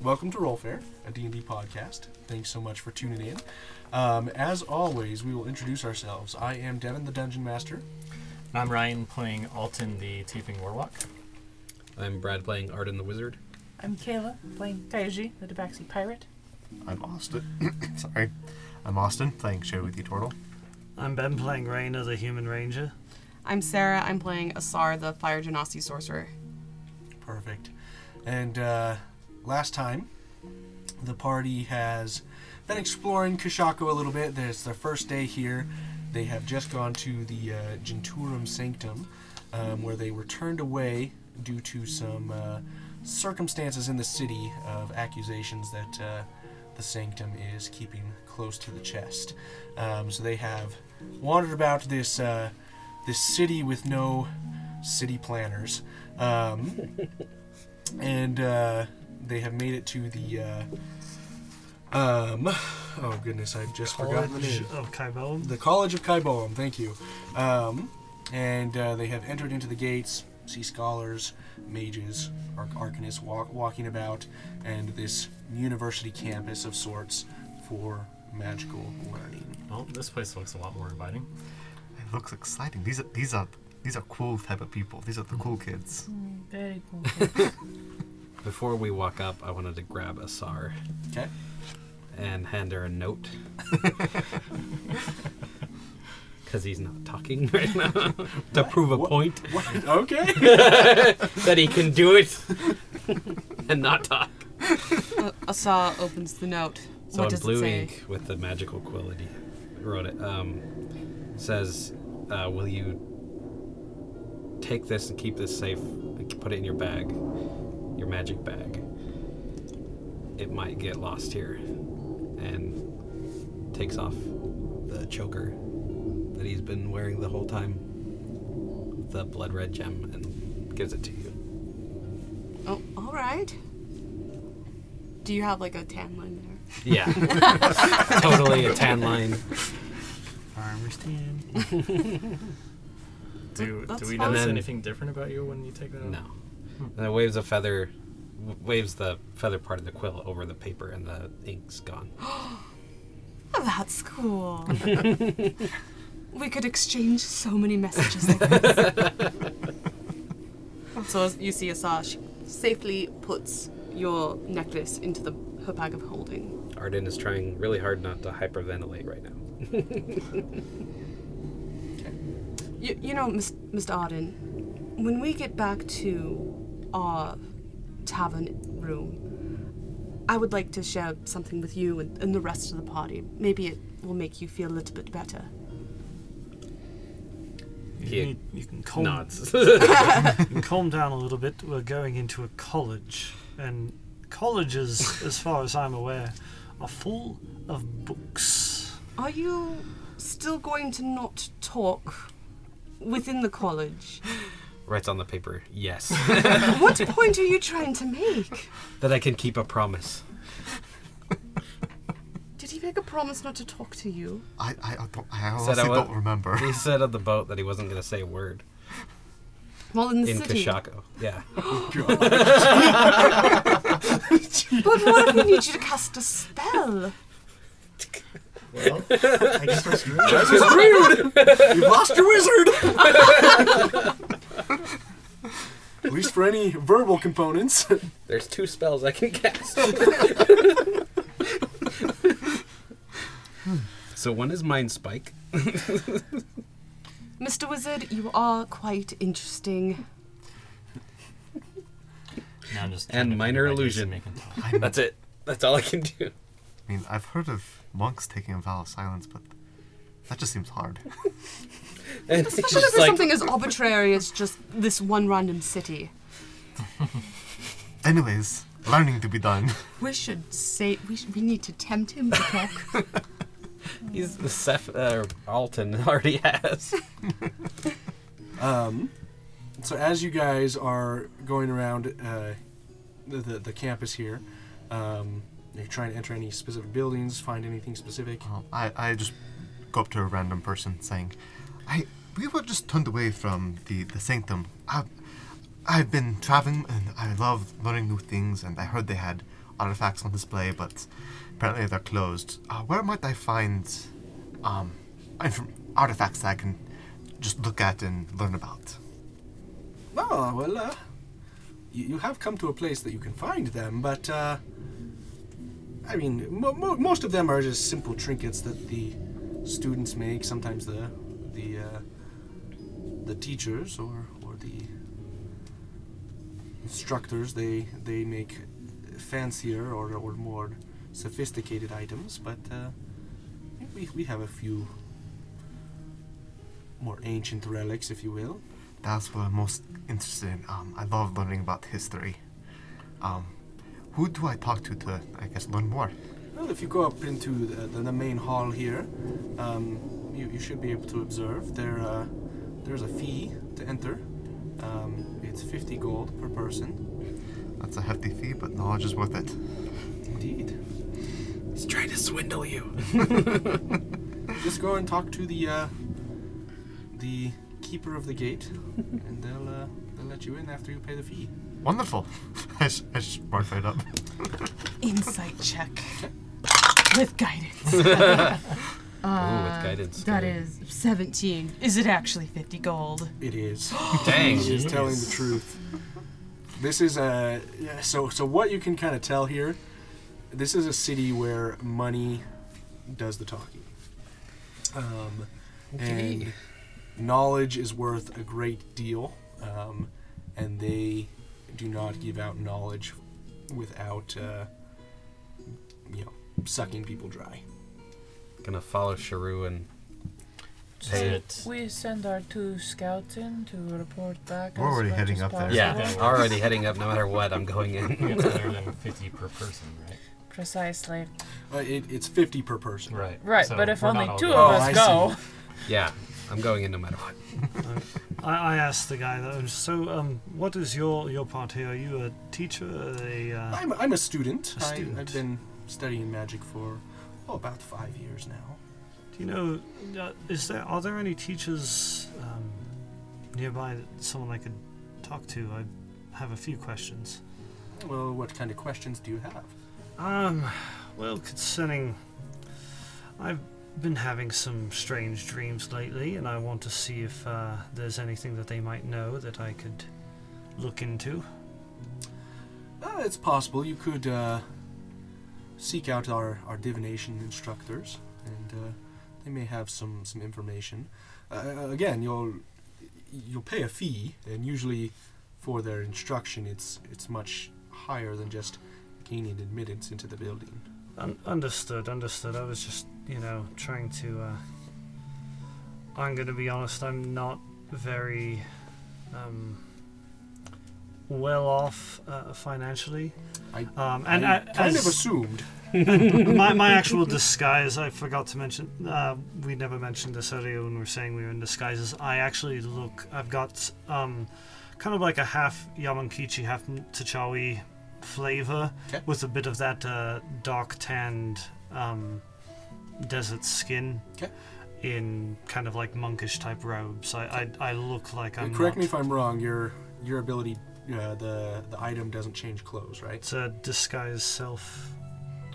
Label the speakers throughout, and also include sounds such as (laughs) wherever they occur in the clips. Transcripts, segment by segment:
Speaker 1: Welcome to Rollfair, a D&D podcast. Thanks so much for tuning in. Um, as always, we will introduce ourselves. I am Devin, the Dungeon Master.
Speaker 2: And I'm Ryan playing Alton the Tiefling Warlock.
Speaker 3: I'm Brad playing Arden the Wizard.
Speaker 4: I'm Kayla, playing Kaiji, the Debaxi Pirate.
Speaker 5: I'm Austin. (coughs) Sorry. I'm Austin, playing Show with You Turtle.
Speaker 6: I'm Ben playing Rain as a human ranger.
Speaker 7: I'm Sarah. I'm playing Asar, the Fire Genasi Sorcerer.
Speaker 1: Perfect. And uh, last time, the party has been exploring Kishako a little bit. It's their first day here. They have just gone to the uh, Genturum Sanctum, um, where they were turned away due to some uh, circumstances in the city of accusations that uh, the sanctum is keeping close to the chest. Um, so they have wandered about this uh, this city with no city planners. Um, and uh, they have made it to the. Uh, um, oh goodness, I've just forgotten the
Speaker 6: College
Speaker 1: name.
Speaker 6: of Kybel.
Speaker 1: The College of Kaiboam, thank you. Um, and uh, they have entered into the gates, see scholars, mages, arc- arcanists walk- walking about, and this university campus of sorts for magical learning.
Speaker 2: Well, this place looks a lot more inviting.
Speaker 5: It looks exciting. These are these are these are cool type of people. These are the cool kids.
Speaker 4: Very
Speaker 2: (laughs)
Speaker 4: cool.
Speaker 3: Before we walk up, I wanted to grab Asar
Speaker 1: Okay?
Speaker 3: and hand her a note. Because he's not talking right now. to prove a point
Speaker 6: (laughs)
Speaker 1: What? Okay.
Speaker 3: that he can do it (laughs) and not talk.
Speaker 7: Uh, Asar opens the note.
Speaker 3: So
Speaker 7: what
Speaker 3: in
Speaker 7: does it
Speaker 3: blue
Speaker 7: say?
Speaker 3: ink with the magical quality, wrote it. Um, says, uh, "Will you take this and keep this safe and put it in your bag, your magic bag? It might get lost here." And takes off the choker that he's been wearing the whole time, the blood red gem, and gives it to you.
Speaker 7: Oh, all right. Do you have like a tan line there?
Speaker 3: (laughs) Yeah, totally a tan line.
Speaker 6: Farmer's team.
Speaker 2: Do,
Speaker 7: that's
Speaker 2: do we notice
Speaker 7: fine.
Speaker 3: And then-
Speaker 2: anything different about you when you take that out?
Speaker 3: No. And it waves a feather, w- waves the feather part of the quill over the paper, and the ink's (gasps) gone.
Speaker 7: Oh, that's
Speaker 3: (laughs)
Speaker 7: cool. we could exchange so many messages like this.
Speaker 3: (laughs)
Speaker 7: so as you see Asar she safely puts your necklace into the her bag of holding.
Speaker 3: Arden is trying really hard not to hyperventilate right now.
Speaker 7: You, you know, Mis- Mr. Arden, when we get back to our tavern room, I would like to share something with you and, and the rest of the party. Maybe it will make you feel a little bit better.
Speaker 3: He
Speaker 6: You, need, you can calm, (laughs)
Speaker 3: Nods.
Speaker 6: you can calm down a little bit. We're going into a college, and colleges, as far as I'm aware, are full of books.
Speaker 7: Are you still going to not talk within the college?
Speaker 3: Writes on the paper, (laughs) yes,
Speaker 7: what point are you trying to make?
Speaker 3: that I can keep a promise.
Speaker 7: Did he make a promise not to talk to you?
Speaker 5: I I, I, don't, I
Speaker 3: Said
Speaker 5: honestly
Speaker 3: I wa-
Speaker 5: don't remember.
Speaker 3: (laughs) He said on the boat that he wasn't going to say a word
Speaker 7: Well, in the
Speaker 3: in
Speaker 7: city.
Speaker 3: Kishako. Yeah.
Speaker 7: But what if we need you to cast a spell?
Speaker 5: Well, I guess that's true.
Speaker 1: You've lost your wizard! (laughs) At least for any verbal components.
Speaker 3: (gasps) There's two spells I can cast. (laughs) so one is Mind Spike.
Speaker 7: Mr. Wizard, you are quite interesting.
Speaker 2: Now I'm just trying
Speaker 3: And
Speaker 2: to
Speaker 3: minor
Speaker 2: think about you so
Speaker 3: illusion.
Speaker 2: we can talk.
Speaker 5: I mean,
Speaker 3: That's it. That's all I can do.
Speaker 5: I mean, I've heard of monks taking a vow of silence, but that just seems hard. (laughs)
Speaker 3: And he's
Speaker 7: Especially
Speaker 3: just
Speaker 7: for
Speaker 3: like,
Speaker 7: something as arbitrary as just this one random city.
Speaker 5: Anyways, learning to be done.
Speaker 7: We should say we, should, we need to tempt him to talk.
Speaker 3: he's the Seth uh, Alton (laughs) already has.
Speaker 1: Um, so as you guys are going around uh, the, the the campus here, um, you're trying to enter any specific buildings, find anything specific.
Speaker 5: Um, I, I just go up to a random person saying, I we were just turned away from the, the sanctum. I, I've been traveling and I love learning new things, and I heard they had artifacts on display, but apparently they're closed. Uh, where might I find um, inform- artifacts that I can just look at and learn about?
Speaker 1: Oh, well, uh, you, you have come to a place that you can find them, but, uh, I mean, mo- mo- most of them are just simple trinkets that the students make, sometimes the, the, uh, the teachers or, or the instructors, they, they make fancier or, or more sophisticated items, but, uh, we, we have a few more ancient relics, if you will.
Speaker 5: That's what I'm most interested in. Um, I love learning about history. Um, who do I talk to to, I guess, learn more?
Speaker 1: Well, if you go up into the, the, the main hall here, um, you, you should be able to observe there. Uh, there's a fee to enter. Um, it's 50 gold per person.
Speaker 5: That's a hefty fee, but knowledge is worth it.
Speaker 1: Indeed.
Speaker 3: He's trying to swindle you.
Speaker 1: (laughs) Just go and talk to the uh, the keeper of the gate, and they'll uh, they'll let you in after you pay the fee.
Speaker 5: Wonderful. (laughs) I, sh- I sh- marked right up.
Speaker 8: (laughs) Insight check with
Speaker 3: (laughs)
Speaker 8: guidance.
Speaker 3: Ooh,
Speaker 7: Uh,
Speaker 3: with guidance.
Speaker 8: That
Speaker 3: too.
Speaker 8: is 17. Is it actually 50 gold?
Speaker 1: It is.
Speaker 3: Dang.
Speaker 1: She's telling the truth. This is a yeah, so so what you can kind of tell here. This is a city where money does the talking, um, and knowledge is worth a great deal, um, and they do not give out knowledge without uh, you know sucking people dry.
Speaker 3: Gonna follow Sharu and
Speaker 2: Is
Speaker 3: pay it.
Speaker 2: it
Speaker 4: We send our two scouts in to report back.
Speaker 5: We're
Speaker 4: as
Speaker 5: already
Speaker 4: much
Speaker 5: heading
Speaker 4: as
Speaker 5: up there.
Speaker 4: possible.
Speaker 2: Yeah.
Speaker 3: Already heading up. No matter what, I'm going in. (laughs)
Speaker 2: it's better than 50 per person, right?
Speaker 4: Precisely.
Speaker 1: Uh, it, it's fifty per person.
Speaker 2: Right.
Speaker 4: Right,
Speaker 2: So
Speaker 4: but if
Speaker 2: we're
Speaker 4: only
Speaker 2: not all
Speaker 4: two
Speaker 2: going.
Speaker 4: of
Speaker 1: Oh,
Speaker 4: us
Speaker 1: I
Speaker 4: go,
Speaker 3: Yeah, I'm going in no matter what.
Speaker 6: I, I asked the guy that. So, um, what is your your part here? Are you a teacher? A uh,
Speaker 1: I'm, I'm a student.
Speaker 6: A student.
Speaker 1: I, I've been studying magic for oh, about five years now.
Speaker 6: do you know? Uh, is there are there any teachers um, nearby that someone I could talk to? I have a few questions.
Speaker 1: Well, what kind of questions do you have?
Speaker 6: Um, well, concerning, I've been having some strange dreams lately, and I want to see if uh, there's anything that they might know that I could look into.
Speaker 1: Uh, it's possible you could uh, seek out our, our divination instructors, and uh, they may have some some information. Uh, again, you'll you'll pay a fee, and usually for their instruction, it's it's much higher than just gaining admittance into the building.
Speaker 6: Un- understood, understood. I was just, you know, trying to. Uh, I'm going to be honest, I'm not very um, well off uh, financially.
Speaker 1: I-
Speaker 6: um, and
Speaker 1: I
Speaker 6: uh,
Speaker 1: kind of
Speaker 6: as-
Speaker 1: assumed.
Speaker 6: (laughs) my, my actual disguise, I forgot to mention, uh, we never mentioned this earlier when we were saying we were in disguises. I actually look, I've got um, kind of like a half Yamankichi, half T'Chawi flavor
Speaker 1: Okay.
Speaker 6: with a bit of that uh, dark tanned um, desert skin.
Speaker 1: Okay.
Speaker 6: In kind of like monkish type robes, I I, I look like I'm.
Speaker 1: Correct
Speaker 6: not-
Speaker 1: me if I'm wrong. Your your ability, uh, the the item doesn't change clothes, right?
Speaker 6: It's a disguise self.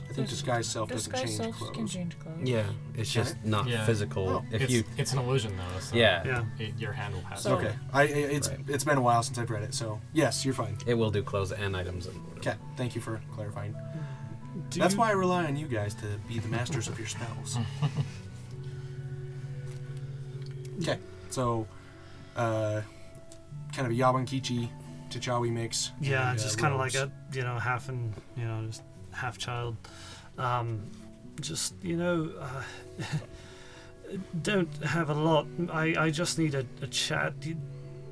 Speaker 1: I think disguise self
Speaker 4: this
Speaker 1: doesn't
Speaker 4: guy
Speaker 1: change
Speaker 4: self can
Speaker 1: clothes.
Speaker 4: change clothes.
Speaker 3: Yeah, it's just not
Speaker 2: Yeah.
Speaker 3: physical.
Speaker 1: Oh,
Speaker 3: if
Speaker 2: it's,
Speaker 3: you,
Speaker 2: it's an illusion, though. So
Speaker 3: yeah,
Speaker 6: Yeah.
Speaker 2: It, your hand will pass.
Speaker 4: So-
Speaker 2: (laughs)
Speaker 1: Okay, I, I- it's
Speaker 3: Right.
Speaker 1: it's been a while since I've read it, so yes, you're fine.
Speaker 3: it will do clothes and items. And whatever.
Speaker 1: Okay, thank you for clarifying.
Speaker 6: Do
Speaker 1: That's
Speaker 6: you-
Speaker 1: why I rely on you guys to be the masters of your
Speaker 6: (laughs)
Speaker 1: spells. okay, so uh, kind of a Yabankichi T'Chawi mix.
Speaker 6: Yeah,
Speaker 1: and, uh,
Speaker 6: just kind of like
Speaker 1: robes.
Speaker 6: a you know half and you know just half child. Um, just you know, uh, (laughs) don't have a lot. I I just need a, a chat, Do you-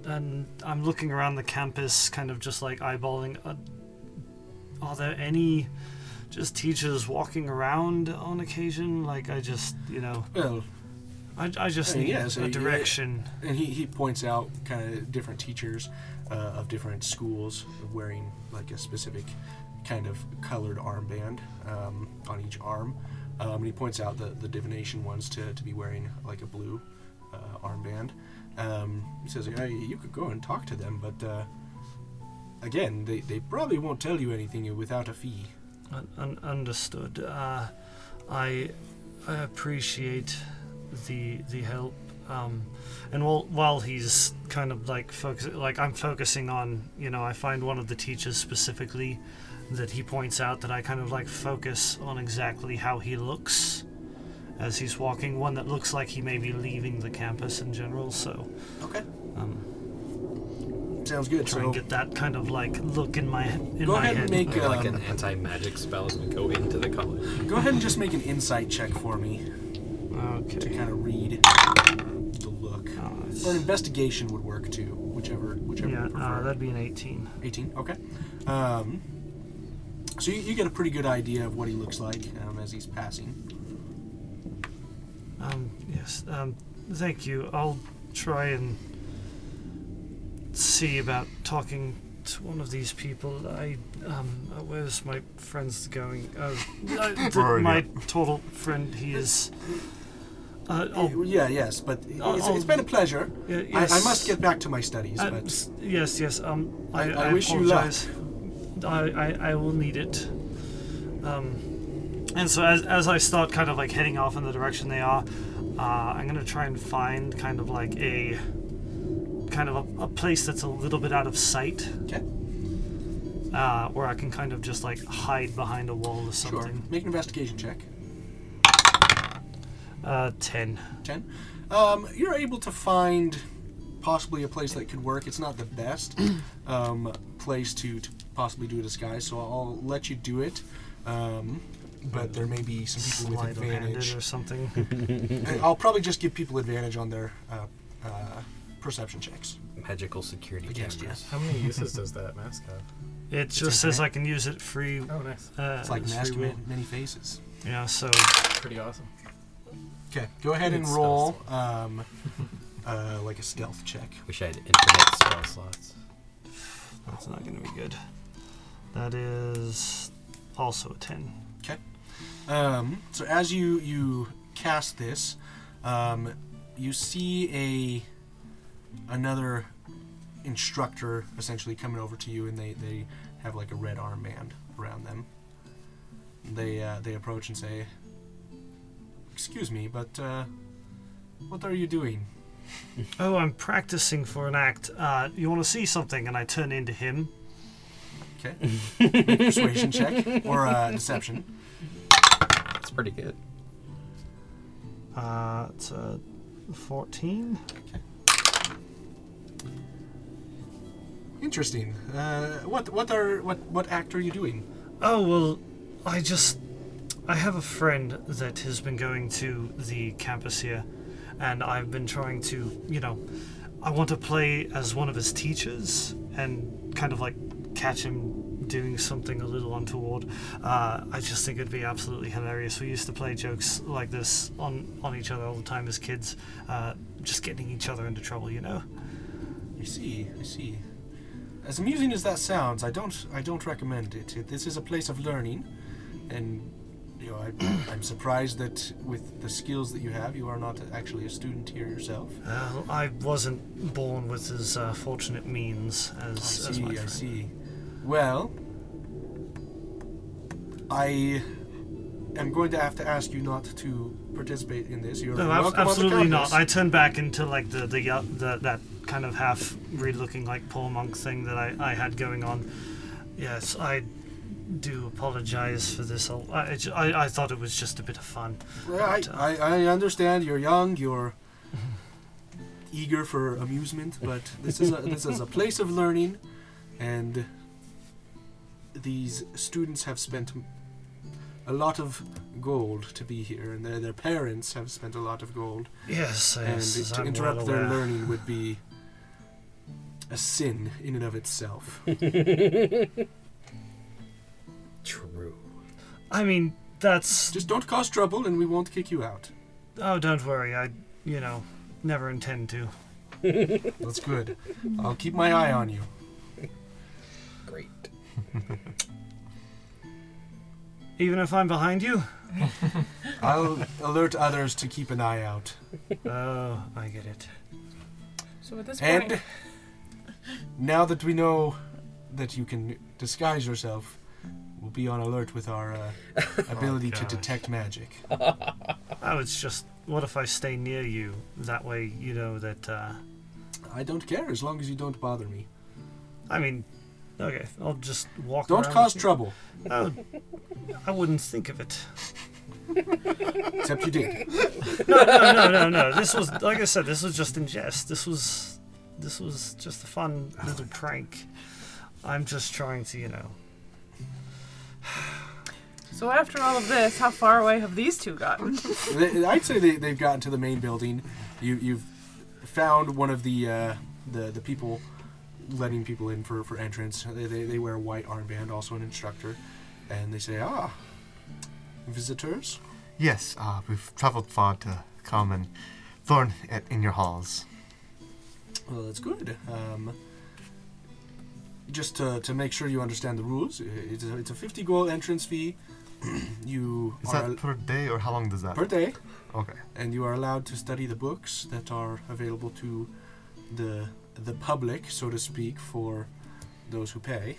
Speaker 6: and I'm looking around the campus, kind of just like eyeballing. Uh, are there any? Just teachers walking around on occasion, like I just, you know,
Speaker 1: Well,
Speaker 6: I, I just
Speaker 1: I mean,
Speaker 6: need
Speaker 1: Uh, yeah, so
Speaker 6: a
Speaker 1: you-
Speaker 6: direction.
Speaker 1: and he, he points out kind of different teachers uh, of different schools wearing like a specific kind of colored armband um, on each arm. Um, and he points out the, the divination ones to, to be wearing like a blue uh, armband. Um, he says, yeah, you could go and talk to them, but uh, again, they, they probably won't tell you anything without a fee.
Speaker 6: Un- un- understood. Uh, I, I appreciate the the help. Um, and while while he's kind of like focus, like I'm focusing on, you know, I find one of the teachers specifically that he points out that I kind of like focus on exactly how he looks as he's walking. One that looks like he may be leaving the campus in general. So
Speaker 1: Okay.
Speaker 6: um,
Speaker 1: Sounds good.
Speaker 6: try
Speaker 1: So
Speaker 6: and get that kind of like look in my in
Speaker 1: Oh. go
Speaker 6: my
Speaker 1: ahead and
Speaker 6: head. (laughs)
Speaker 1: make um,
Speaker 3: like an anti-magic spell as we go into the college.
Speaker 1: go ahead and just make an insight check for me to
Speaker 6: okay.
Speaker 1: kind of read the look.
Speaker 6: Oh, it's-
Speaker 1: Or an investigation would work too, whichever whichever
Speaker 6: Yeah,
Speaker 1: you prefer.
Speaker 6: uh, that'd be an 18.
Speaker 1: 18 okay um, so you, you get a pretty good idea of what he looks like um, as he's passing
Speaker 6: Um, yes, um, thank you. I'll try and see about talking to one of these people. I, um, uh, where's my friend's going? Uh,
Speaker 1: (laughs)
Speaker 6: uh, th-
Speaker 5: We're already
Speaker 6: my total friend, he is. Uh, I'll,
Speaker 1: yeah yes but it's,
Speaker 6: I'll-
Speaker 1: it's been a pleasure I,
Speaker 6: yeah, Uh, oh. yes.
Speaker 1: I must get back to my studies
Speaker 6: Uh,
Speaker 1: but
Speaker 6: s- yes, yes. Um, I,
Speaker 1: I-
Speaker 6: I,
Speaker 1: I wish you luck.
Speaker 6: apologize. I, I, I will need it. Um, and so as, as I start kind of like heading off in the direction they are, uh, I'm gonna try and find kind of like a kind of a, a place that's a little bit out of sight,
Speaker 1: okay
Speaker 6: uh, where I can kind of just like hide behind a wall or
Speaker 1: sure
Speaker 6: something.
Speaker 1: make an investigation check
Speaker 6: Uh, ten.
Speaker 1: 10 um, you're able to find possibly a place that could work it's not the best um, place to, to possibly do a disguise so I'll let you do it um, but there may be some people with
Speaker 6: Sleight of handed
Speaker 1: advantage
Speaker 6: or
Speaker 1: (laughs)
Speaker 6: something.
Speaker 1: And I'll probably just give people advantage on their uh, uh, perception checks.
Speaker 3: Magical security
Speaker 1: Against you.
Speaker 3: cameras.
Speaker 2: How many uses does that mask have?
Speaker 6: It just says I can use it free.
Speaker 2: Oh, nice.
Speaker 6: Uh,
Speaker 1: It's like
Speaker 6: as free
Speaker 1: mask
Speaker 6: will.
Speaker 1: man, many faces.
Speaker 6: Yeah. So
Speaker 2: Pretty awesome.
Speaker 1: Okay, go ahead and
Speaker 2: It's
Speaker 1: roll um, uh, like a stealth check.
Speaker 3: Wish I had infinite spell slots.
Speaker 6: That's not going to be good. That is also a 10.
Speaker 1: Um, so as you you cast this, um, you see a another instructor essentially coming over to you, and they they have like a red armband around them. They uh, they approach and say, "Excuse me, but uh, what are you doing?"
Speaker 6: Oh, I'm practicing for an act. Uh, you want to see something? And I turn into him.
Speaker 1: Okay, persuasion check or uh, deception.
Speaker 3: That's pretty good.
Speaker 6: Uh, it's a 14.
Speaker 1: Interesting. Uh, what what are what what act are you doing?
Speaker 6: Oh, well, I just. I have a friend that has been going to the campus here, and I've been trying to, you know, I want to play as one of his teachers and kind of like catch him doing something a little untoward. Uh, I just think it'd be absolutely hilarious. We used to play jokes like this on, on each other all the time as kids, uh, just getting each other into trouble, you know?
Speaker 1: I see. I see. As amusing as that sounds, I don't I don't recommend it. It- This is a place of learning, and you know I, (coughs) I'm surprised that with the skills that you have, you are not actually a student here yourself.
Speaker 6: Uh, I wasn't born with as uh, fortunate means as,
Speaker 1: I
Speaker 6: as
Speaker 1: see.
Speaker 6: my
Speaker 1: I
Speaker 6: friend.
Speaker 1: see. Well, I am going to have to ask you not to participate in this. You're
Speaker 6: No,
Speaker 1: welcome
Speaker 6: ab-
Speaker 1: on the
Speaker 6: absolutely not.
Speaker 1: campus.
Speaker 6: I turn back into like the the, yo- the that kind of half read looking like Paul monk thing that I, I had going on. Yes, I do apologize for this. I'll- I, I ju- I I thought it was just a bit of fun.
Speaker 1: Well, I,
Speaker 6: But, uh,
Speaker 1: I, I understand you're young, you're (laughs) eager for
Speaker 6: (laughs)
Speaker 1: amusement, but this is a, this is a place of learning, and these students have spent a lot of gold to be here, and their their parents have spent a lot of gold,
Speaker 6: Yes,
Speaker 1: and
Speaker 6: yes, as
Speaker 1: to
Speaker 6: I'm
Speaker 1: interrupt
Speaker 6: well
Speaker 1: their
Speaker 6: aware.
Speaker 1: learning would be a sin in and of itself. (laughs)
Speaker 3: True.
Speaker 1: uh,
Speaker 6: I mean, that's
Speaker 1: Just don't cause trouble, and we won't kick you out.
Speaker 6: oh, don't worry. I you know never intend to.
Speaker 1: That's good. I'll keep my eye on you.
Speaker 3: Great.
Speaker 6: Even if I'm behind
Speaker 1: (laughs)
Speaker 6: you.
Speaker 1: I'll alert others to keep an eye out.
Speaker 6: Oh, I get it.
Speaker 1: (laughs)
Speaker 4: So at this point,
Speaker 1: And now that we know that you can disguise yourself, we'll be on alert with our uh, ability to
Speaker 6: gosh.
Speaker 1: detect magic.
Speaker 6: I was just, what if I stay near you? That way, you know that. Uh,
Speaker 1: I don't care as long as you don't bother me.
Speaker 6: I mean, okay, I'll just walk.
Speaker 1: Don't
Speaker 6: around
Speaker 1: cause
Speaker 6: with you.
Speaker 1: trouble.
Speaker 6: Oh, I wouldn't think of it.
Speaker 1: Except you did.
Speaker 6: No, no, no, no, no. This was, like I said, this was just in jest. This was, this was just a fun little prank. I'm just trying to, you know.
Speaker 9: So after all of this, how far away have these two gotten?
Speaker 1: They- I'd say they, they've gotten to the main building. You, you've found one of the uh, the the people letting people in for, for entrance. They, they, they wear a white armband, also an instructor, and they say, "Ah, visitors."
Speaker 5: Yes, uh, we've traveled far to come and learn at, in your halls.
Speaker 1: Well, that's good. Um, just to, to make sure you understand the rules, i- it's a, it's a 50 gold entrance fee. (clears throat) you
Speaker 5: Is
Speaker 1: are
Speaker 5: that per day or how long does that?
Speaker 1: per day,
Speaker 5: okay.
Speaker 1: and you are allowed to study the books that are available to the the public, so to speak, for those who pay.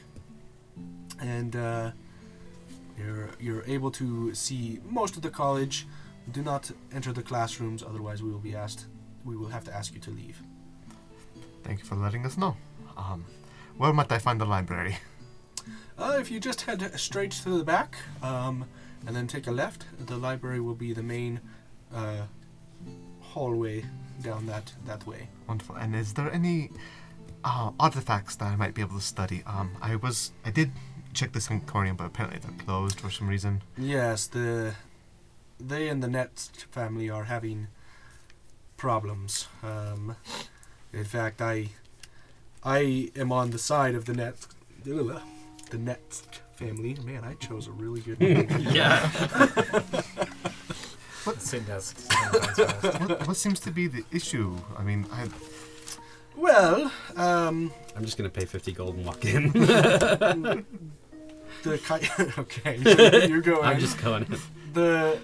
Speaker 1: And uh, you're you're able to see most of the college. Do not enter the classrooms, otherwise we will be asked. We will have to ask you to leave.
Speaker 5: Thank you for letting us know. Um, where might I find the library?
Speaker 1: Uh, if you just head straight to the back um, and then take a left, the library will be the main uh, hallway down that, that way.
Speaker 5: Wonderful. And is there any uh, artifacts that I might be able to study? Um, I was, I did check the Sanctorium, but apparently they're closed for some reason.
Speaker 1: Yes, the they and the Net family are having problems. Um, in fact, I I am on the side of the Net the Net family. Man, I chose a really good
Speaker 3: (laughs)
Speaker 1: name.
Speaker 2: Yeah.
Speaker 5: What-
Speaker 2: Sid does sometimes well.
Speaker 5: What, what seems to be the issue? I mean, I,
Speaker 1: well, um,
Speaker 3: I'm just gonna pay 50 gold and walk in. (laughs)
Speaker 1: the ki- (laughs) okay, you, you go
Speaker 3: I'm
Speaker 1: ahead.
Speaker 3: just going in.
Speaker 1: the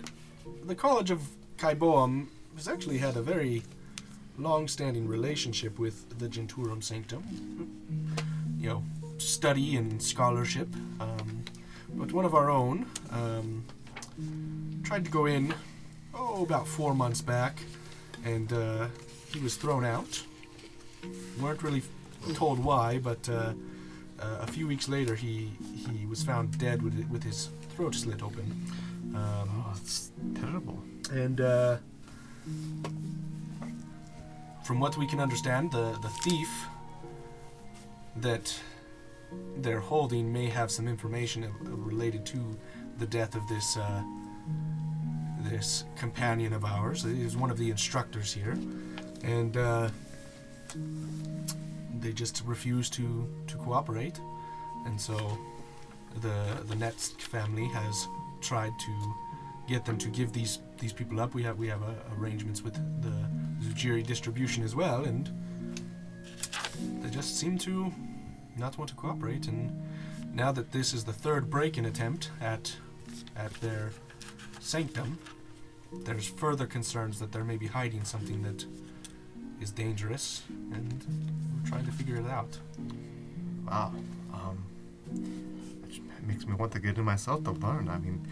Speaker 1: the College of Kaiboam has actually had a very long-standing relationship with the Genturum Sanctum. You know, study and scholarship. Um, but one of our own um, tried to go in, oh, about four months back, and uh, he was thrown out. weren't really told why, but uh, uh, a few weeks later, he he was found dead with with his throat slit open. Um,
Speaker 5: oh, it's terrible.
Speaker 1: and uh, from what we can understand, the, the thief that they're holding may have some information uh, related to the death of this uh, this companion of ours. He was one of the instructors here, and uh, they just refuse to to cooperate, and so the the Netsk family has tried to get them to give these these people up. We have we have uh, arrangements with the Zujiri distribution as well, and they just seem to not want to cooperate. And now that this is the third break-in attempt at at their sanctum, there's further concerns that there may be hiding something that is dangerous, and we're trying to figure it out.
Speaker 5: Wow. Um, it makes me want to get in myself to learn. I mean,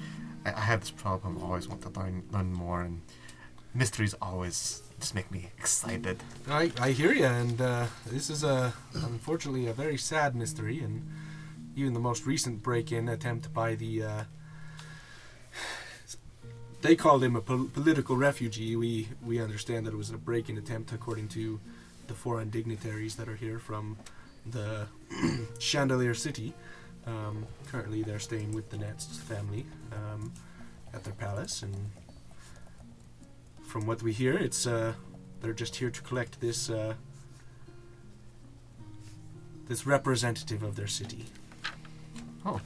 Speaker 5: I, I have this problem. I always want to learn, learn more, and mysteries always just make me excited.
Speaker 1: I, I hear you, and uh, this is a unfortunately a very sad mystery, and even the most recent break-in attempt by the uh, they called him a pol- political refugee. We we understand that it was a break-in attempt, according to the foreign dignitaries that are here from the (clears throat) Chandelier City. Um, currently, they're staying with the Nets family um, at their palace, and from what we hear, it's. Uh, they're just here to collect this uh, this representative of their city.
Speaker 5: Oh,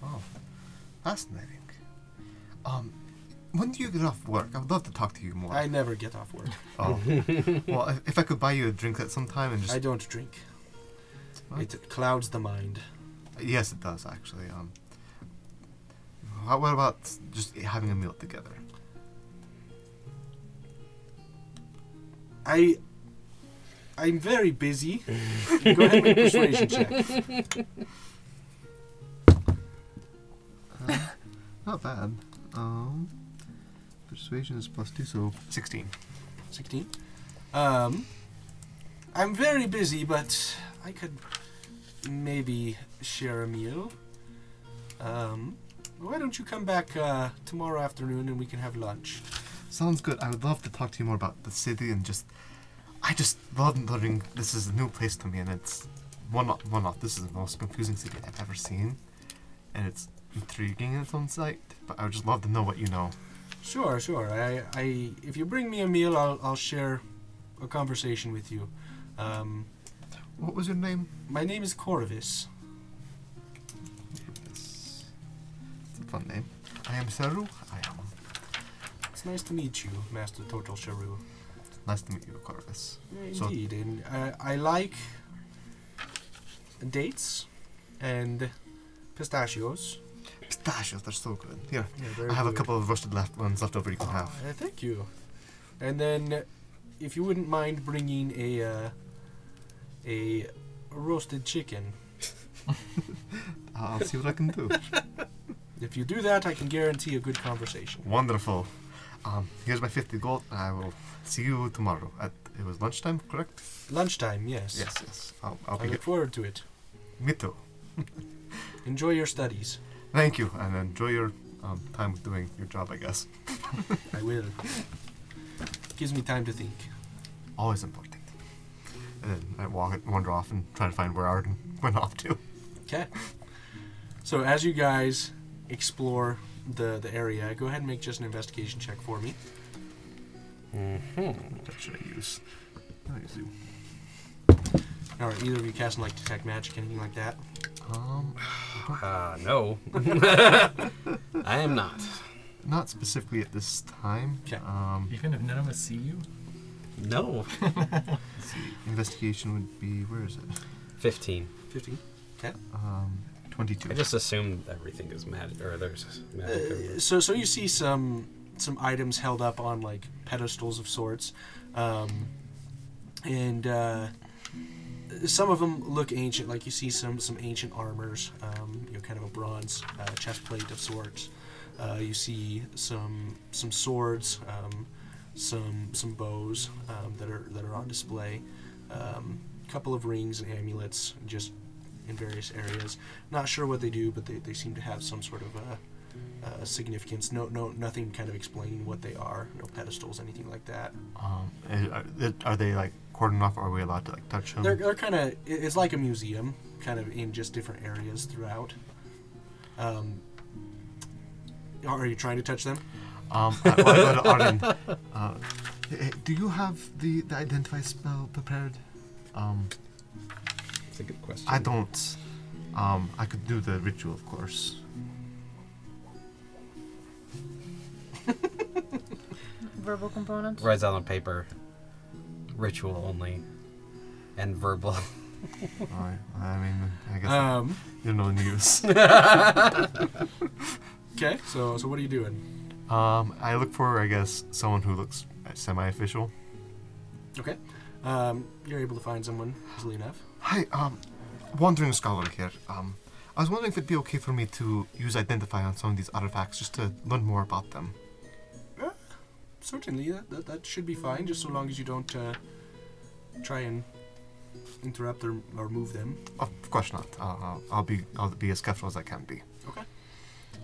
Speaker 5: Wow, fascinating. Um, when do you get off work? I would love to talk to you more.
Speaker 1: I never get off work. (laughs)
Speaker 5: oh. well, if, if I could buy you a drink at some time and just
Speaker 1: I don't drink.
Speaker 5: What?
Speaker 1: It clouds the mind.
Speaker 5: yes, it does actually. Um, how, what about just having a meal together?
Speaker 1: I I'm very busy. Go ahead and make a persuasion check.
Speaker 5: Not bad. Um, persuasion is plus two, so sixteen.
Speaker 1: 16. Um, I'm very busy, but I could maybe share a meal. Um, why don't you come back uh, tomorrow afternoon and we can have lunch?
Speaker 5: Sounds good. I would love to talk to you more about the city and just. I just love learning. This is a new place to me, and it's one off. One off. This is the most confusing city I've ever seen, and it's intriguing in its own sight. But I would just love to know what you know.
Speaker 1: Sure, sure. I, I, if you bring me a meal, I'll, I'll share a conversation with you. Um,
Speaker 5: What was your name?
Speaker 1: my name is Corvus.
Speaker 5: It's it's a fun name. I am Saru. I am.
Speaker 1: It's nice to meet you, Master Total Sharu.
Speaker 5: Nice to meet you, Corvus. So-
Speaker 1: Indeed, and uh, I like dates and pistachios.
Speaker 5: Pistachios, they're so good. Here,
Speaker 1: Yeah, very
Speaker 5: I have a
Speaker 1: good.
Speaker 5: couple of roasted left ones left over you can have.
Speaker 1: Uh, thank you. And then, if you wouldn't mind bringing a uh, a roasted chicken.
Speaker 5: I'll see what I can do.
Speaker 1: If you do that, I can guarantee a good conversation.
Speaker 5: Wonderful. Um, here's my 50 gold. I will see you tomorrow. At, it was lunchtime, correct?
Speaker 1: Lunchtime, yes.
Speaker 5: Mm. Yes, yes. I'll, I'll
Speaker 1: I
Speaker 5: be
Speaker 1: look
Speaker 5: good.
Speaker 1: forward to it.
Speaker 5: Me too.
Speaker 1: Enjoy your studies.
Speaker 5: Thank you, and enjoy your um, time doing your job, I guess.
Speaker 1: I will. Gives me time to think.
Speaker 5: Always important. And then I walk, wander off and try to find where Arden (laughs) went off to.
Speaker 1: Okay. So as you guys explore the the area, go ahead and make just an investigation check for me.
Speaker 5: What should I use? I use you.
Speaker 1: Or either of you casting like detect magic, anything like that.
Speaker 5: Um,
Speaker 3: Uh,
Speaker 2: (laughs)
Speaker 3: no. (laughs) I am not.
Speaker 5: not specifically at this time.
Speaker 1: Okay.
Speaker 5: Um,
Speaker 2: Even if none of us see you?
Speaker 3: No.
Speaker 5: let's see. Investigation would be where is it?
Speaker 3: 15.
Speaker 1: Fifteen.
Speaker 5: Um, twenty-two.
Speaker 3: I just assumed everything is magic, or there's magic. everywhere.
Speaker 1: So so you see some some items held up on like pedestals of sorts, um, and uh, some of them look ancient. Like you see some some ancient armors, um, you know, kind of a bronze uh, chest plate of sorts. Uh, you see some some swords, um, some some bows um, that are that are on display. Um, a couple of rings and amulets, just in various areas. Not sure what they do, but they, they seem to have some sort of uh, uh, significance. No, no, nothing kind of explaining what they are. No pedestals, anything like that.
Speaker 5: Um, i- are, th- are they like cordoned off? Or are we allowed to like touch them?
Speaker 1: They're, they're kind of it's like a museum, kind of in just different areas throughout. Um, are you trying to touch them?
Speaker 5: Um, I, well, I go to
Speaker 3: (laughs)
Speaker 5: Arden. Uh, hey, hey, do you have the, the identify spell prepared? Um,
Speaker 3: It's a good question.
Speaker 5: I don't. Um, I could do the ritual, of course.
Speaker 9: Verbal components.
Speaker 3: Writes out on paper. Ritual only. And verbal. (laughs)
Speaker 5: All right. I mean, I guess
Speaker 3: Uh,
Speaker 1: Um,
Speaker 5: you're no
Speaker 3: (laughs)
Speaker 5: news.
Speaker 1: okay. So, so what are you doing?
Speaker 5: um, I look for, I guess, someone who looks uh, semi-official.
Speaker 1: Okay. Um, you're able to find someone easily enough.
Speaker 5: Hi, um, wandering scholar here. Um, I was wondering if it'd be okay for me to use identify on some of these artifacts just to learn more about them.
Speaker 1: Certainly, that, that, that should be fine, just so long as you don't uh, try and interrupt or, or move them.
Speaker 5: Of course not. Uh, I'll, I'll be I'll be as careful as I can be.
Speaker 1: Okay.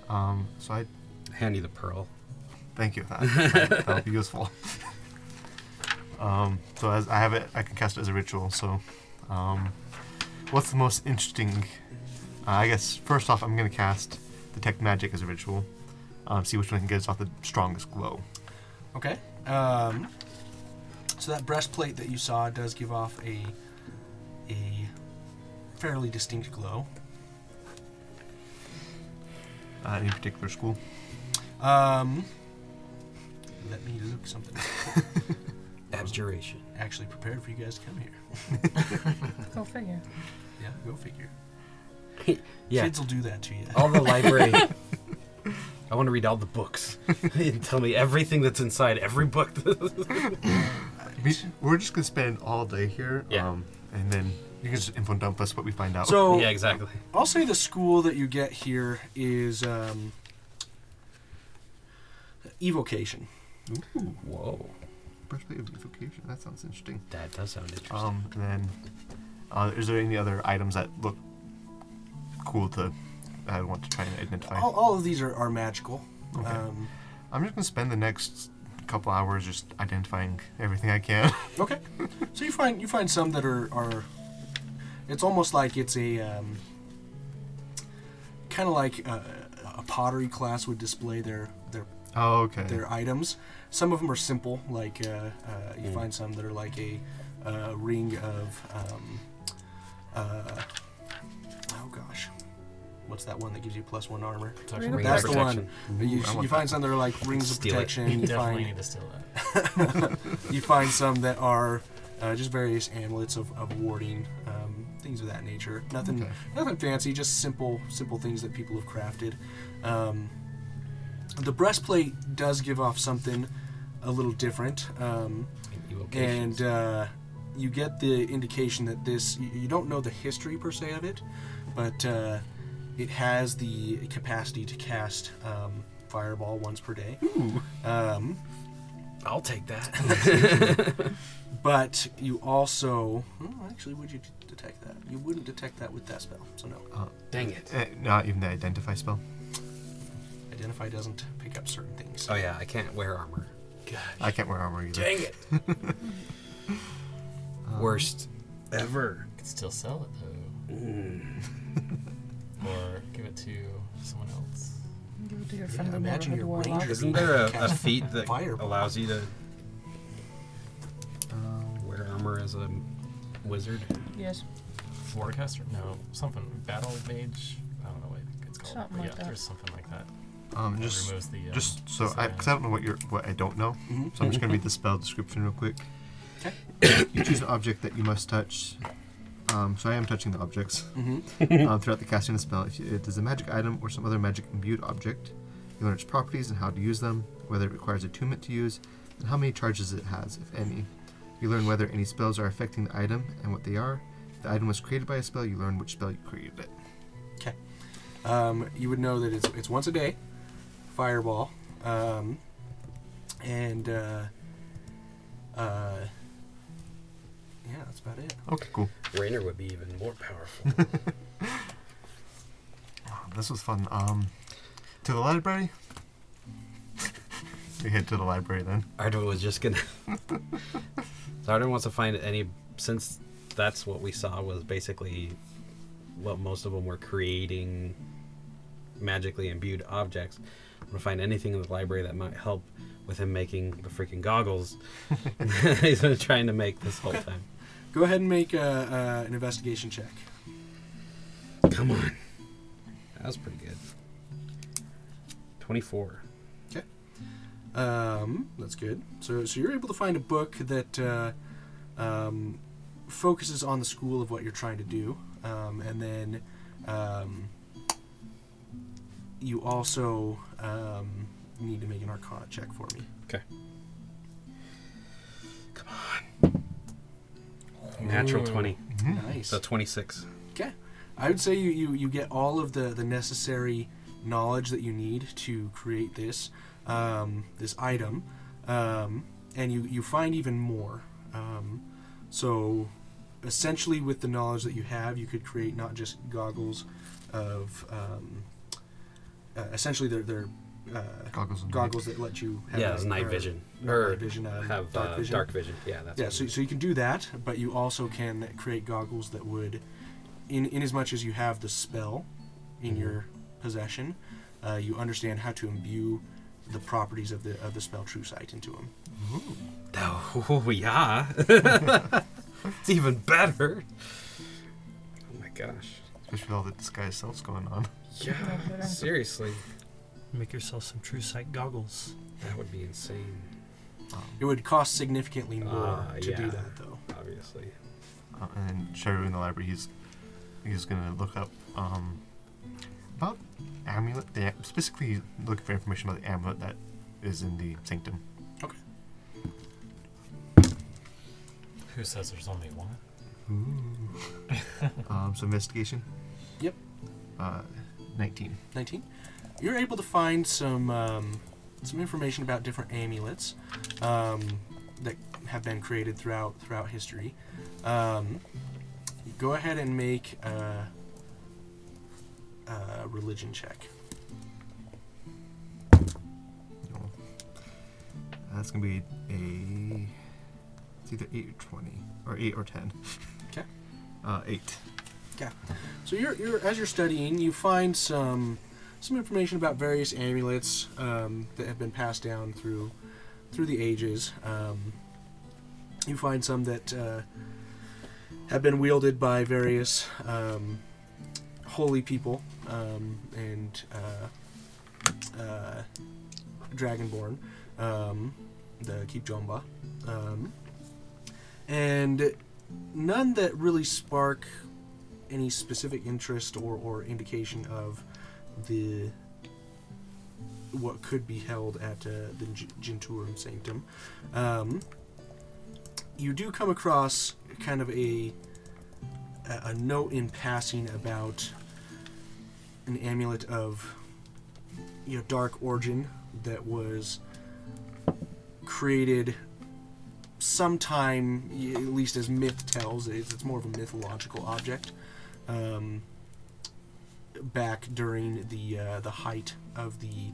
Speaker 5: Um, so I
Speaker 3: Hand you the pearl.
Speaker 5: thank you.
Speaker 1: (laughs)
Speaker 5: That that'll be useful. (laughs) um, so as I have it, I can cast it as a ritual. So, um, what's the most interesting? Uh, I guess first off, I'm gonna cast detect magic as a ritual. Um, see which one can get us off the strongest glow.
Speaker 1: Okay. Um, so that breastplate that you saw does give off a a fairly distinct glow.
Speaker 5: Uh, any particular school?
Speaker 1: Um, let me look something. up.
Speaker 3: Abjuration.
Speaker 1: Actually, prepared for you guys to come here.
Speaker 9: Go figure.
Speaker 1: Yeah, go figure.
Speaker 3: Yeah.
Speaker 1: Kids will do that to you.
Speaker 3: All the (laughs) library. I (laughs) want to read all the books. Tell me everything that's inside every book.
Speaker 5: We, we're just gonna spend all day here.
Speaker 3: Yeah.
Speaker 5: Um, and then you can just info dump us what we find out.
Speaker 1: So
Speaker 3: Oh, yeah, exactly.
Speaker 1: I'll say the school that you get here is um, evocation.
Speaker 3: Whoa,
Speaker 5: birthday of evocation. That sounds interesting.
Speaker 3: that does sound interesting.
Speaker 5: Um, and then, uh, is there any other items that look cool to? I want to try and identify.
Speaker 1: All, all of these are, are magical.
Speaker 5: Okay.
Speaker 1: Um,
Speaker 5: I'm just gonna spend the next couple hours just identifying everything I can.
Speaker 1: okay. so you find you find some that are are. It's almost like it's a um, kind of like a, a pottery class would display their their
Speaker 5: (laughs) oh, okay.
Speaker 1: their items. Some of them are simple, like uh, uh, you
Speaker 5: Hmm.
Speaker 1: find some that are like a uh, ring of, um, uh, oh gosh, what's that one that gives you plus one armor?
Speaker 2: Protection.
Speaker 9: Ring
Speaker 1: That's
Speaker 9: of
Speaker 1: the one.
Speaker 5: Ooh,
Speaker 1: you
Speaker 5: I
Speaker 1: you
Speaker 5: want
Speaker 1: find
Speaker 5: that.
Speaker 1: some that are like rings of
Speaker 3: Steal it.
Speaker 1: protection.
Speaker 2: You
Speaker 1: You
Speaker 2: (laughs) definitely
Speaker 1: find
Speaker 2: need to steal that.
Speaker 1: you find some that are uh, just various amulets of, of warding, um, things of that nature. Nothing,
Speaker 5: Okay.
Speaker 1: nothing fancy, just simple, simple things that people have crafted. Um, the breastplate does give off something a little different. Um,
Speaker 3: Evocations.
Speaker 1: and uh, you get the indication that this you, you don't know the history per se of it but uh, it has the capacity to cast um, fireball once per day Um,
Speaker 3: I'll take that.
Speaker 1: (laughs) but you also oh, actually would you d- detect that you wouldn't detect that with that spell so no
Speaker 3: Dang it.
Speaker 5: Uh, not even the identify spell.
Speaker 1: identify doesn't pick up certain things
Speaker 3: Oh yeah, I can't wear armor.
Speaker 5: I can't wear armor either.
Speaker 3: Dang it. Worst ever. Mm.
Speaker 2: You could still sell it though, or give it to someone else.
Speaker 4: Give it to your
Speaker 1: Yeah,
Speaker 4: friendly
Speaker 1: imagine
Speaker 4: neighborhood
Speaker 1: your
Speaker 4: warlock.
Speaker 1: ranger
Speaker 3: Isn't there a, a
Speaker 1: Cast
Speaker 3: feat that
Speaker 1: fireball.
Speaker 3: allows you to
Speaker 5: Um,
Speaker 3: wear armor as a wizard?
Speaker 4: Yes.
Speaker 2: Warcaster? No, something. Battle mage? I don't know what it's called.
Speaker 4: Something
Speaker 2: but
Speaker 4: like
Speaker 2: yeah,
Speaker 4: that.
Speaker 2: there's something like that.
Speaker 5: Um,
Speaker 2: that
Speaker 5: just,
Speaker 2: removes the. Um,
Speaker 5: just so I, because I don't know what you're, what I don't know. So I'm just gonna read the spell description real quick.
Speaker 1: 'Kay.
Speaker 5: you choose an object that you must touch. Um, so I am touching the objects.
Speaker 1: mm-hmm.
Speaker 5: (laughs) um, throughout the casting of the spell. If it is a magic item or some other magic imbued object, you learn its properties and how to use them, whether it requires attunement to use, and how many charges it has, if any. You learn whether any spells are affecting the item and what they are. If the item was created by a spell, you learn which spell you created it.
Speaker 1: um, you would know that it's, it's once a day, fireball, um, and uh, uh, yeah, that's about it.
Speaker 5: Okay, cool.
Speaker 3: Rainer would be even more powerful.
Speaker 5: This was fun. Um, to the library. (laughs) we head to the library then.
Speaker 3: Arden was just gonna. (laughs) so Arden wants to find any since that's what we saw was basically what most of them were creating magically imbued objects. I'm gonna find anything in the library that might help with him making the
Speaker 1: (laughs)
Speaker 3: freaking goggles (laughs) he's been trying to make this whole time.
Speaker 1: Go ahead and make uh, uh, an investigation check.
Speaker 3: Come on. That was pretty good. 24.
Speaker 1: Um, that's good. So, so you're able to find a book that uh, um, focuses on the school of what you're trying to do, um, and then um, you also um, need to make an Arcana check for me.
Speaker 3: Natural
Speaker 2: Ooh.
Speaker 3: 20.
Speaker 5: Hmm.
Speaker 1: Nice.
Speaker 3: So 26.
Speaker 1: Okay. I would say you, you, you get all of the, the necessary knowledge that you need to create this um, this item, um, and you, you find even more. Um, so, essentially, with the knowledge that you have, you could create not just goggles of um, uh, essentially they're, they're uh,
Speaker 5: Goggles. and-
Speaker 1: goggles that let you have
Speaker 3: yeah, it's night
Speaker 1: or-
Speaker 3: vision.
Speaker 1: or
Speaker 3: Or
Speaker 1: night vision, uh,
Speaker 3: have
Speaker 1: dark
Speaker 3: uh,
Speaker 1: vision.
Speaker 3: dark vision. Yeah, that's
Speaker 1: Yeah,
Speaker 3: what
Speaker 1: so,
Speaker 3: it
Speaker 1: so you can do that, but you also can create goggles that would, in, in as much as you have the spell
Speaker 3: Mm-hmm.
Speaker 1: in your possession, uh, you understand how to imbue the properties of the of the spell True Sight into them.
Speaker 3: is. Oh, (laughs) yeah. it's even better. Oh my gosh.
Speaker 5: Especially with all the disguise selves going on.
Speaker 3: Yeah, seriously.
Speaker 6: Make yourself some true sight goggles.
Speaker 3: That would be insane,
Speaker 5: Um,
Speaker 1: It would cost significantly more
Speaker 3: Ah,
Speaker 1: to
Speaker 3: yeah.
Speaker 1: do that, though.
Speaker 3: obviously.
Speaker 5: Uh, and Sherry in the library, he's he's gonna look up um, about amulet. The, specifically, he's looking for information about the amulet that is in the sanctum.
Speaker 1: Okay.
Speaker 2: Who says there's only one?
Speaker 5: Um, so investigation.
Speaker 1: Mm-hmm. Yep.
Speaker 5: Uh, nineteen.
Speaker 1: 19. You're able to find some um, some information about different amulets um, that have been created throughout throughout history. Um, go ahead and make a, a religion check.
Speaker 5: No. That's gonna be a. It's either eight or twenty, or eight or ten.
Speaker 1: 'Kay.
Speaker 5: (laughs) Uh, eight.
Speaker 1: So you're, you're as you're studying, you find some some information about various amulets um, that have been passed down through through the ages. Um, you find some that uh, have been wielded by various um, holy people um, and uh, uh, dragonborn, um, the Kipjomba, um, and none that really spark any specific interest or, or indication of the what could be held at uh, the G- Genturum Sanctum. Um, you do come across kind of a a a note in passing about an amulet of you know dark origin that was created sometime y- at least as myth tells it's, it's more of a mythological object um, back during the uh, the height of the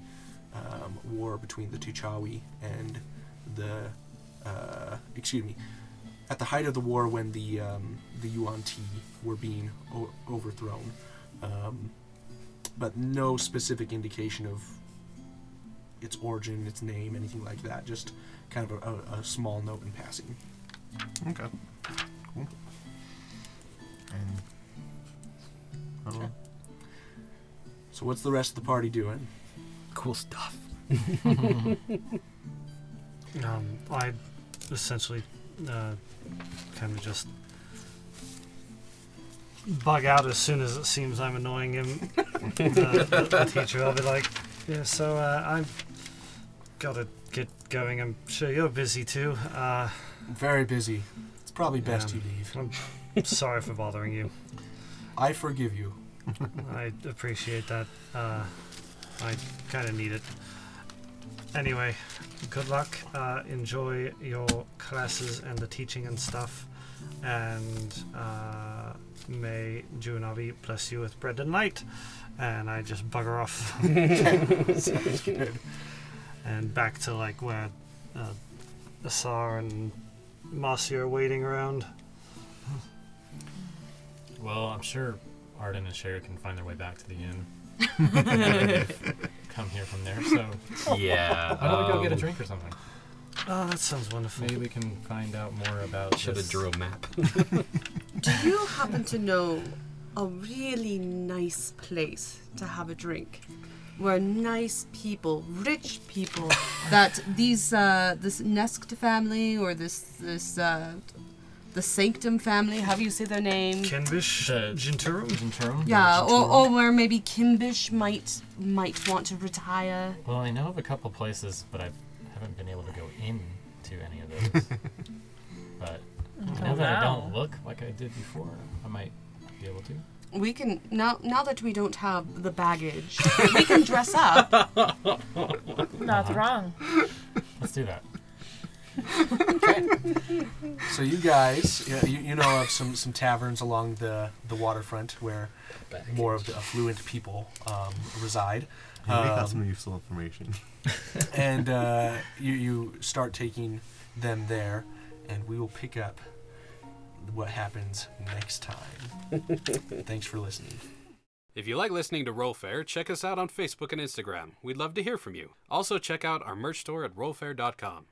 Speaker 1: um, war between the Tuchawi and the uh, excuse me at the height of the war when the um, the Yuan Ti were being o- overthrown um, but no specific indication of its origin its name anything like that just kind of a, a, a small note in passing
Speaker 5: Okay. Cool. And. I don't know.
Speaker 1: so what's the rest of the party doing
Speaker 3: Cool stuff.
Speaker 6: Um, I essentially uh, kind of just bug out as soon as it seems I'm annoying him. uh, the, the- the teacher, I'll be like, yeah, so uh, I've got to get going. I'm sure you're busy too. Uh,
Speaker 1: very busy it's probably best
Speaker 6: Yeah.
Speaker 1: you leave
Speaker 6: I'm sorry for bothering you.
Speaker 1: I forgive you
Speaker 6: I appreciate that. Uh, I kind of need it. Anyway, good luck. Uh, enjoy your classes and the teaching and stuff. And uh, may Junavi bless you with bread and light. And I just bugger off. And back to like where uh, Asar and Marcy are waiting around.
Speaker 2: Well, I'm sure Arden and Sherry can find their way back to the
Speaker 5: (laughs)
Speaker 2: inn. Come here from there. So (laughs)
Speaker 3: Yeah.
Speaker 2: why don't we go get a
Speaker 3: um,
Speaker 2: drink or something?
Speaker 6: Oh, that sounds wonderful.
Speaker 2: Maybe we can find out more about.
Speaker 3: Should have
Speaker 2: this.
Speaker 3: drew a map.
Speaker 7: Do you happen to know a really nice place to have a drink? Where nice people, rich people, that these uh, this Nest family or this this uh, the Sanctum family, however you say their name,
Speaker 6: Kenbish,
Speaker 2: The-
Speaker 6: Jinturum.
Speaker 2: Jinturum?
Speaker 7: yeah, or, or where maybe Kimbish might might want to retire.
Speaker 2: Well, I know of a couple places, but I haven't been able to go in to any of those. (laughs) but now that I don't look like I did before, I might be able to.
Speaker 7: We can now now that we don't have the baggage, we can dress up.
Speaker 2: Uh-huh.
Speaker 4: Not wrong.
Speaker 2: Let's do that.
Speaker 1: So you guys, yeah, you, you know of some, some taverns along the, the waterfront where more of the affluent people um, reside,
Speaker 5: Maybe we got
Speaker 1: Um,
Speaker 5: some useful information.
Speaker 1: and uh, you you start taking them there, and we will pick up what happens next time. Thanks for listening.
Speaker 3: If you like listening to Rollfair, check us out on Facebook and Instagram. We'd love to hear from you. Also, check out our merch store at rollfair.com.